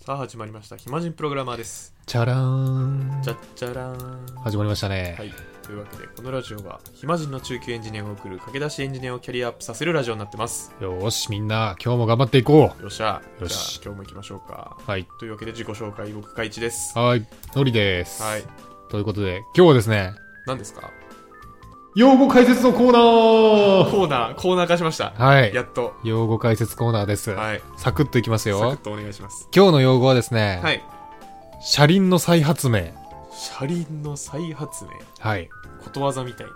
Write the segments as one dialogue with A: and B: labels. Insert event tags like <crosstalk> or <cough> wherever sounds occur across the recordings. A: さあ始まりました暇人プログラマーです
B: チャラーン
A: じゃっちゃらーん
B: 始まりましたね、
A: はいというわけでこのラジオは暇人の中級エンジニアを送る駆け出しエンジニアをキャリアアップさせるラジオになってます
B: よーしみんな今日も頑張っていこ
A: よっしゃ
B: よし
A: じゃあ今日も行きましょうか
B: うはい
A: というわけで自己紹介僕かいちです
B: はいのりです
A: はい
B: ということで今日はですね
A: 何ですか
B: 用語解説のコーナー
A: コーナーコーナー化しました
B: はい
A: やっと
B: 用語解説コーナーです、
A: はい
B: サクッといきま
A: サ
B: す
A: クッ
B: よ
A: とお願いします
B: 今日の用語はですね、
A: はい
B: 車輪の再発明
A: 車輪の再発明
B: はい
A: ことわざみたいな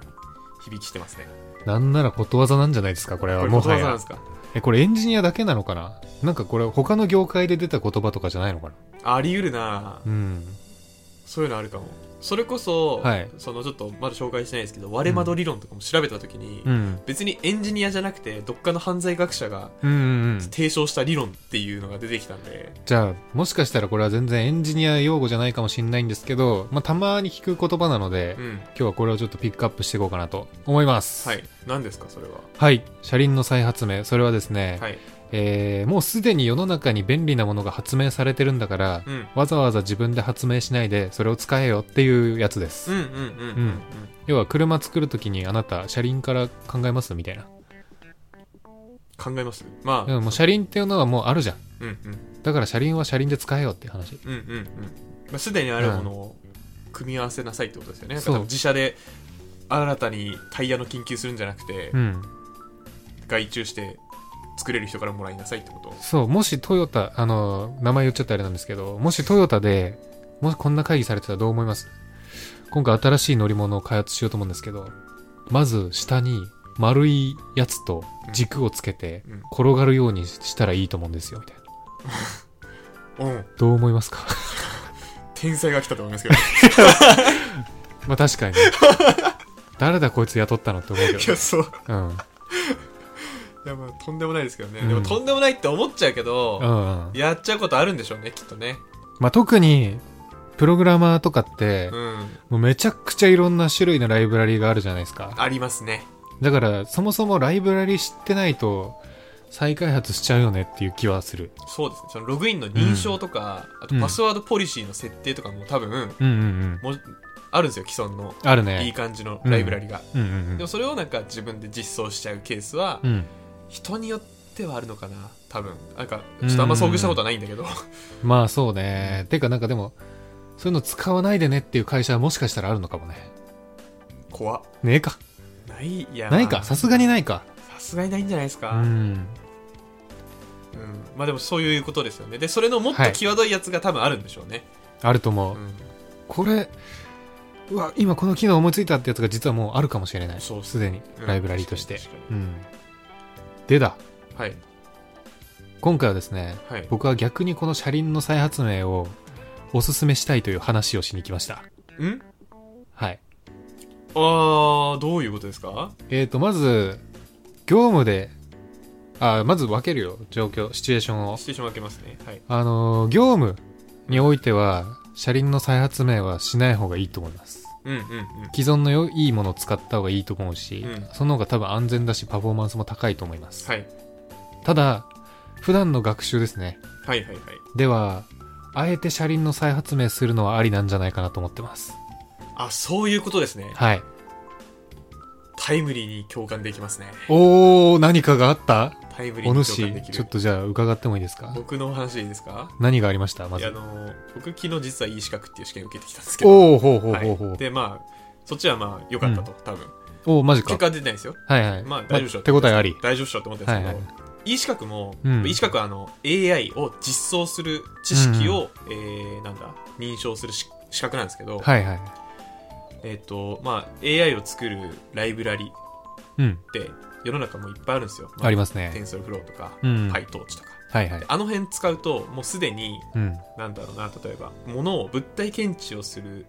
A: 響きしてますね
B: なんならことわざなんじゃないですかこれ
A: こ
B: は
A: れ
B: も
A: こと
B: は
A: わざなんです
B: や
A: か
B: えこれエンジニアだけなのかななんかこれ他の業界で出た言葉とかじゃないのかな
A: あり得るな
B: うん
A: そういうのあるかもそれこそ、
B: はい
A: そのちょっとまだ紹介してないですけど割れ窓理論とかも調べた時に、
B: うん
A: 別にエンジニアじゃなくてどっかの犯罪学者が
B: うんうんうん
A: 提唱した理論っていうのが出てきたんで、
B: じゃあ、もしかしたらこれは全然エンジニア用語じゃないかもしれないんですけど、まあ、たまに聞く言葉なので、
A: う
B: 今
A: ん、
B: 日はこれをちょっとピックアップしていこうかなと思います。
A: はい。何ですかそれは
B: はい。車輪の再発明。それはですね、
A: はい
B: えーもうすでに世の中に便利なものが発明されてるんだから、
A: うん
B: わざわざ自分で発明しないで、それを使えよっていうやつで
A: う
B: す。
A: んうんうんうん
B: う
A: うんん
B: 要は、車作るときにあなた、車輪から考えますみたいな。
A: 考えますまあ
B: でももう車輪っていうのはもうあるじゃん。
A: うんうん
B: だから車輪は車輪で使えよっていう話。
A: うんうんうんまあすでにあるものを組み合わせなさいってことですよね、だ
B: そう
A: から自社で新たにタイヤの研究するんじゃなくて、
B: うん。
A: 外注して作れる人からもらいなさいってこと
B: そう、もしトヨタ、あの、名前言っちゃったらあれなんですけど、もしトヨタで、もしこんな会議されてたらどう思います今回新しい乗り物を開発しようと思うんですけど、まず下に丸いやつと軸をつけて
A: うんうん、
B: 転がるようにしたらいいと思うんですよ、みたいな。
A: うん
B: どう思いますか
A: 天才が来たと思いますけどい
B: まあ確かに
A: <laughs>
B: ね。誰だこいつ雇ったのって思うけど
A: や。そう
B: うん。
A: いやまあとんでもないですけどね、
B: うん
A: でもとんでもないって思っちゃうけ
B: う
A: ど、
B: んうん。
A: やっちゃうことあるんでしょうねきっとね
B: まあ特に、プログラマーとかって
A: う、ん
B: もうめちゃくちゃいろんな種類のライブラリがあるじゃないですか。
A: ありますね
B: だからそもそもライブラリ知ってないと再開発しちゃうよねっていう気はする
A: そうですねそのログインの認証とか、あと
B: うん
A: パスワードポリシーの設定とかも多分、
B: うんうんうん
A: もうあるんですよ既存の
B: ある
A: いい
B: ね
A: 感じのライブラリが、
B: うんうん
A: でもそれをなんか自分で実装しちゃうケースは、
B: うんうん
A: 人によってはあるのかな多分なんかちょっとあんま遭遇したことはないんだけど、
B: まあそうねてかなんかでもそういうの使わないでねっていう会社はもしかしたらあるのかもね
A: 怖っ
B: ねえか
A: ないいや
B: ないか
A: さ
B: さすがにないか
A: すがにないんじゃないです
B: う
A: か、
B: ん
A: うん、まあでもそういうことですよねでそれのもっと
B: はい
A: 際どいやつが多分あるんでしょうね、
B: あると思う、
A: うん
B: これうわ今この機能思いついたってやつが実はもうあるかもしれない
A: そうっす
B: すでに
A: うん
B: ライブラリとして
A: 確かに確
B: う
A: か
B: んでだ
A: はい
B: 今回はですね
A: はい
B: 僕は逆にこの車輪の再発明をおすすめしたいという話をしに来ました。
A: ん
B: はい。
A: あーどういうことですか
B: えっ、と、まず、業務で、あ、まず分けるよ。状況、シチュエーションを
A: し。てしまけますねはい
B: あのー業務においては、車輪の再発明はしない方がいいと思います。
A: うんうんうん
B: 既存の良いものを使った方がいいと思うし、
A: うん
B: その方が多分安全だし、パフォーマンスも高いと思います。
A: はい
B: ただ、普段の学習ですね。
A: はいはいはい
B: では、あえて車輪の再発明するのはありなんじゃないかなと思ってます。
A: あそういうことですね
B: はい。
A: タイムリーに共感できますね
B: おー、何かがあった
A: タイムリー
B: お
A: に共感で
B: 主、
A: き
B: ちょ
A: る
B: っとじゃあ伺ってもいいですか
A: 僕のお話いいですか
B: 何がありましたま
A: いやあ
B: ず。
A: の僕昨日実は E 資格っていう試験受けてきたんですけど
B: おー、ほうほうほうほ
A: は
B: う
A: い、。でまあそっちはまあ良かったと、多分
B: おー、マジか
A: 結。果出てないですよ
B: はいはい。
A: まあ大丈夫でしょう
B: 手応えあり。
A: 大丈夫っしょと思ってたんですけど、
B: はい
A: E 資格も、
B: うん
A: E 資格はあの AI を実装する知識を、えーなんだ認証するし資格なんですけど、
B: はいはい。
A: えっ、とまあ AI を作るライブラリ
B: うん。
A: って世の中もいっぱいあるんですよ、
B: ありますすね。
A: TensorFlow とか、
B: うん。はい
A: PyTorch とか
B: はいはい。
A: あの辺使うともうすでに
B: うん。
A: なんだろうな例えばものを物体検知をする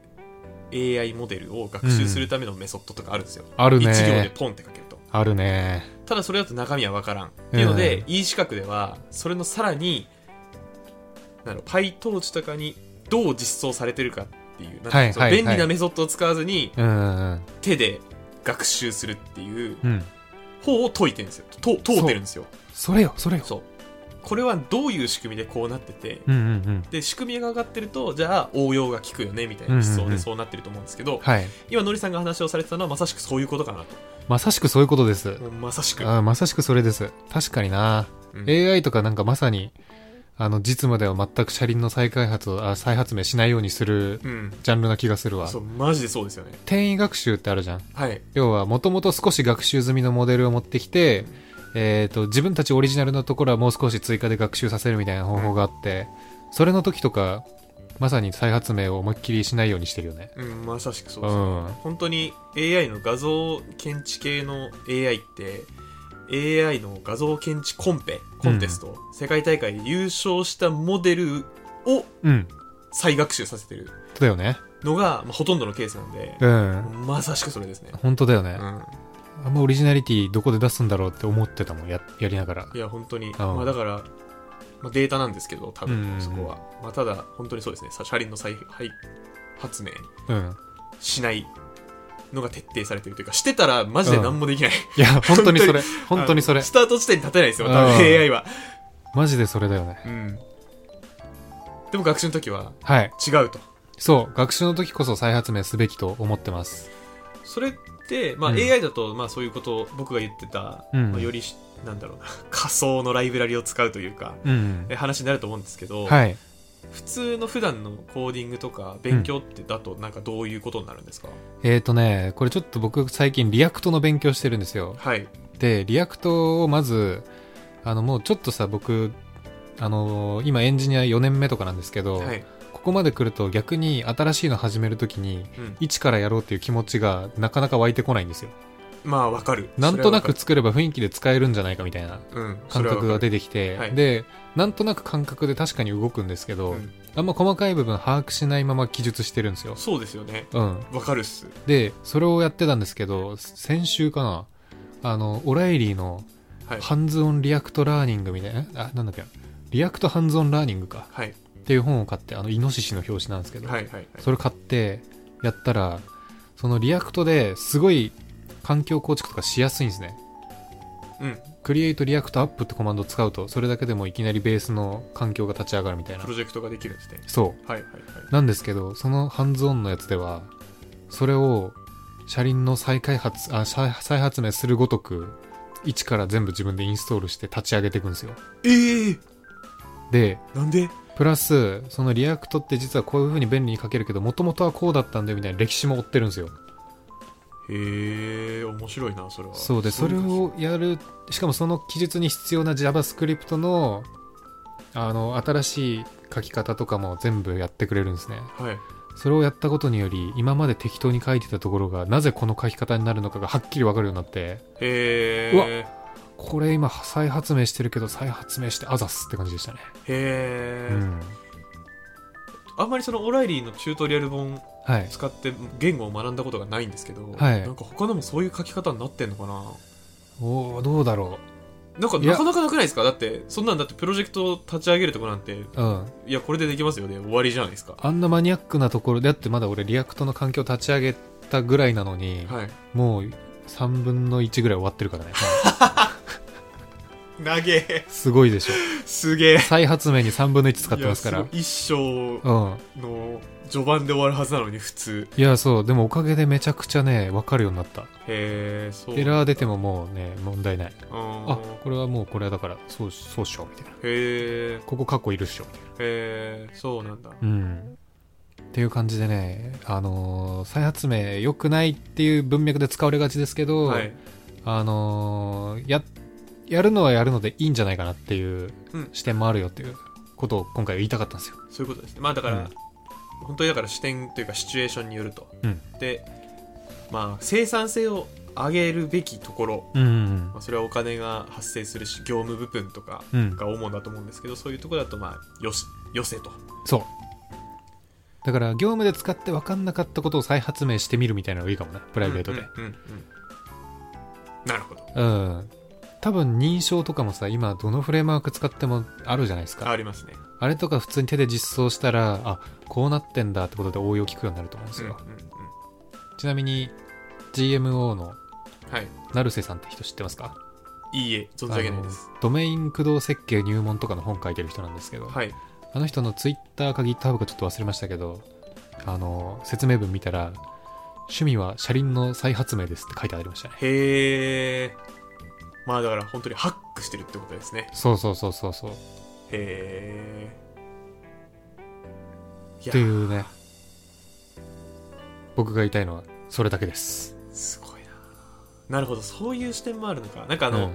A: AI モデルを学習するためのメソッドとかあるんですよ、
B: ある
A: 一行で
B: ね。
A: ポンって書けると
B: あるね。
A: ただそれだと中身は分からんっていうので、E 資格ではそれのさらになんだろう PyTorch とかにどう実装されてるかっていうなんか
B: はい
A: その
B: はい
A: 便利
B: は
A: ないメソッドを使わずに
B: うんうん
A: 手で学習するっていう
B: うん。うん。
A: 方を解いてるんですよと問うてるんですよ
B: それよ、それよ。
A: そうこれはどういう仕組みでこうなってて、
B: うんうんうん。
A: で仕組みが上がってるとじゃあ応用が効くよねみたいな思
B: うん
A: 想
B: うんう
A: で
B: ん
A: そうなってると思うんですけど、
B: はい。
A: 今のりさんが話をされてたのはまさしくそういうことかな
B: まさしくそういうことです。
A: とまさしく、
B: あーまさしくそれです。確かにな、
A: うん
B: AI とかなんかまさに、あの、実務では全く車輪の再開発を、あ再発明しないようにする
A: うん、
B: ジャンルな気がするわ
A: そ。うマジでそうですよね
B: 転移学習ってあるじゃん。
A: はい
B: 要は、もともと少し学習済みのモデルを持ってきて、えっ、と、自分たちオリジナルのところはもう少し追加で学習させるみたいな方法があって、それの時とか、まさに再発明を思いっきりしないようにしてるよね。
A: うん、まさしくそう
B: う
A: です、
B: ん。
A: 本当に AI の画像検知系の AI って AI の画像検知コンペコンテスト、世界大会で優勝したモデルを
B: うん。
A: 再学習させてる
B: だよね。
A: のが、まあ、ほとんどのケースなんで、
B: うん。
A: まさしくそれですね、
B: 本当だよ
A: う
B: ね。
A: ん、
B: あんまオリジナリティどこで出すんだろうって思ってたもん、ややりながら。
A: いや本当に、
B: ああ
A: まあ、だから、まあ、データなんですけど多
B: うんうんう
A: 分
B: ん
A: そこは、まあ、ただ本当にそうですねさ車輪の再配発明
B: うん。
A: しないのが徹底されてるというかしてたらマジで何もできない、
B: いや、本当にそれ。本当にそれ
A: あの。スタート地点に立てないですよ多
B: あ
A: 分
B: あ
A: AI は
B: マジでそれだよね。
A: うんでも学習の時は
B: はい。
A: 違うと
B: そう、学習の時こそ再発明すべきと思ってます。
A: それって、まあ、
B: うん
A: AI だと、まあ、そういうことを僕が言ってた、
B: うん
A: まあ、よりしなんだろうな <laughs> 仮想のライブラリを使うというか
B: うん。
A: え話になると思うんですけど、
B: はい。
A: 普通の普段のコーディングとか勉強ってだとなんかどういうことになるんですか、
B: えーとね、これちょっと僕最近リアクトの勉強してるんですよ。
A: はい
B: で、リアクトをまず、あのもうちょっとさ、僕、あのー今エンジニア4年目とかなんですけど、
A: はい、
B: ここまで来ると逆に新しいの始めるときに、
A: うん、
B: 一からやろうっていう気持ちがなかなか湧いてこないんですよ。
A: まあわかる
B: なんとな
A: それ
B: く作れば雰囲気で使えるんじゃないかみたいな
A: はわかるうん
B: 感覚が
A: て
B: 出てきて、
A: はい
B: で、なんとなく感覚で確かに動くんですけど、あんま細かい部分把握しないまま記述してるんですよ。
A: そうですよね
B: うん。
A: わかるっす
B: で、それをやってたんですけど、先週かな、あの、オライリーの
A: はい
B: ハンズオンリアクトラーニングみたいな、えあ、なんだっけな、リアクトハンズオンラーニングか
A: はい
B: っていう本を買って、あの、イノシシの表紙なんですけど、
A: はいはいはい
B: それ買ってやったら、そのリアクトですごい環境構築とかしやすいんですね。
A: うん
B: クリエイトリアクトアップってコマンドを使うと、それだけでもいきなりベースの環境が立ち上がるみたいな
A: プロ。ジェクトができるんですね
B: そう。
A: はいはいはい
B: なんですけど、そのハンズオンのやつでは、それを車輪の再開発、あ、再再発明するごとく、一から全部自分でインストールして立ち上げていくんですよ。
A: ええ
B: で、
A: なんで
B: プラス、そのリアクトって実はこういう風に便利に書けるけど、もともとはこうだったんだよみたいな歴史も追ってるんですよ。
A: へえ面白いなそれは
B: そうで、それをやる、しかもその記述に必要な JavaScript の、あの、新しい書き方とかも全部やってくれるんですね。
A: はい
B: それをやったことにより今まで適当に書いてたところがなぜこの書き方になるのかがはっきり分かるようになって
A: へえ
B: うわこれ今再発明してるけど再発明してあざっすって感じでしたね、
A: へえ、
B: うん
A: あんまりそのオライリーのチュートリアル本
B: はい
A: 使って言語を学んだことがないんですけど、
B: はい
A: なんか他でもそういう書き方になってんのかな
B: おおどうだろ
A: なんか
B: いや
A: なかなかなくないですかだってそんなんだってプロジェクトを立ち上げるとこなんて
B: ううん
A: いやこれでできますよね終わりじゃないですか
B: あんなマニアックなところだってまだ俺リアクトの環境立ち上げたぐらいなのに、
A: はい
B: もう3分の1ぐらい終わってるからね
A: 投げ
B: すごいでしょ
A: すげえ
B: 再発明に3分の1使っ
A: い
B: て
A: や
B: ます
A: す
B: から
A: ごい一生
B: うん
A: の序盤で終わるはずなのに普通
B: いやそうでもおかげでめちゃくちゃね分かるようになった
A: へえそう
B: エラー出てももうね問題ない
A: あ
B: あこれはもうこれはだからそうそうっしょみたいな
A: へえ
B: ここ過去いるっしょみたい
A: へえそうなんだ
B: なうんっていう感じでねあのー再発明良くないっていう文脈で使われがちですけど、
A: はい
B: あのーややるのはやるのでいいんじゃないかなっていう
A: うん
B: 視点もあるよっていうことを今回言いたかったんですよ
A: そういうことですねまあだから、
B: うん
A: 本当にだから視点というかシチュエーションによると、
B: うん
A: でまあ生産性を上げるべきところ、
B: うんうん
A: まあ、それはお金が発生するし業務部分とか
B: うん、うん、
A: が主だと思うんですけどそういうところだとまあよしよせと
B: そうだから業務で使って分かんなかったことを再発明してみるみたいなのがいいかもねプ
A: プ
B: ライベートで
A: うんうんうんなるほど
B: うん多分認証とかもさ今どのフレームワーク使ってもあるじゃないですか
A: ありますね
B: あれとか普通に手で実装したら、あ、こうなってんだってことで応用聞くようになると思うんです
A: うんうん
B: よ。
A: うん
B: ちなみに、GMO の
A: はい
B: 成瀬さんって人知ってますか
A: いいえ、存じ上げないです。
B: あのドメイン駆動設計入門とかの本書いてる人なんですけど、
A: はい。
B: あの人のツイッターか GitHub かちょっと忘れましたけど、あの、説明文見たら、趣味は車輪の再発明ですって書いてありましたね。
A: へえ。まあだから本当にハックしてるってことですね。
B: そうそうそうそうそう。っ
A: へえ。いや
B: ていうね。僕が言いたいのは、それだけです。
A: すごいな。なるほど、そういう視点もあるのか。なんかあ
B: あ
A: の、、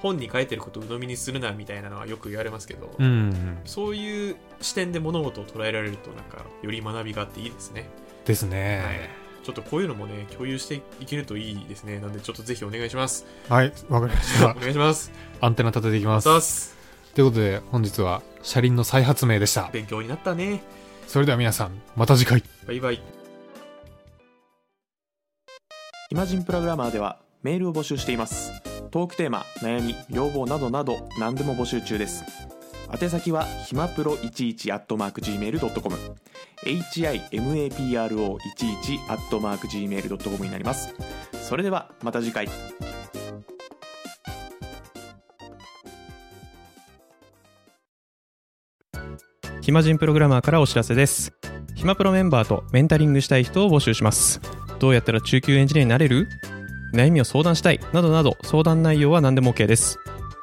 A: 本に書いてることを鵜呑みにするなみたいなのはよく言われますけど、
B: うん、うん。
A: そういう視点で物事を捉えられると、なんか、より学びがあっていいですね。
B: です
A: はい
B: ね。
A: ちょっとこういうのもね、共有していけるといいですね。なんで、ちょっとぜひお願いします。
B: はい、わ、かりまし
A: お。願いします。
B: <laughs> アンテナ立てていきます。
A: さあす。
B: ということで、本日は車輪の再発明でした。
A: 勉強になったね。
B: それでは皆さん、また次回。
A: バイバイ。
C: イマジンプログラマーではメールを募集していますトークテーマ悩み要望などなど何でも募集中です宛先はひまプロ11 at mark gmail.com himapro11 at mark gmail.com になりますそれではまた次回
D: 暇人プログラマーからお知らせです暇プロメンバーとメンタリングしたい人を募集しますどうやったら中級エンジニアになれる悩みを相談したいなどなど相談内容は何でも OK です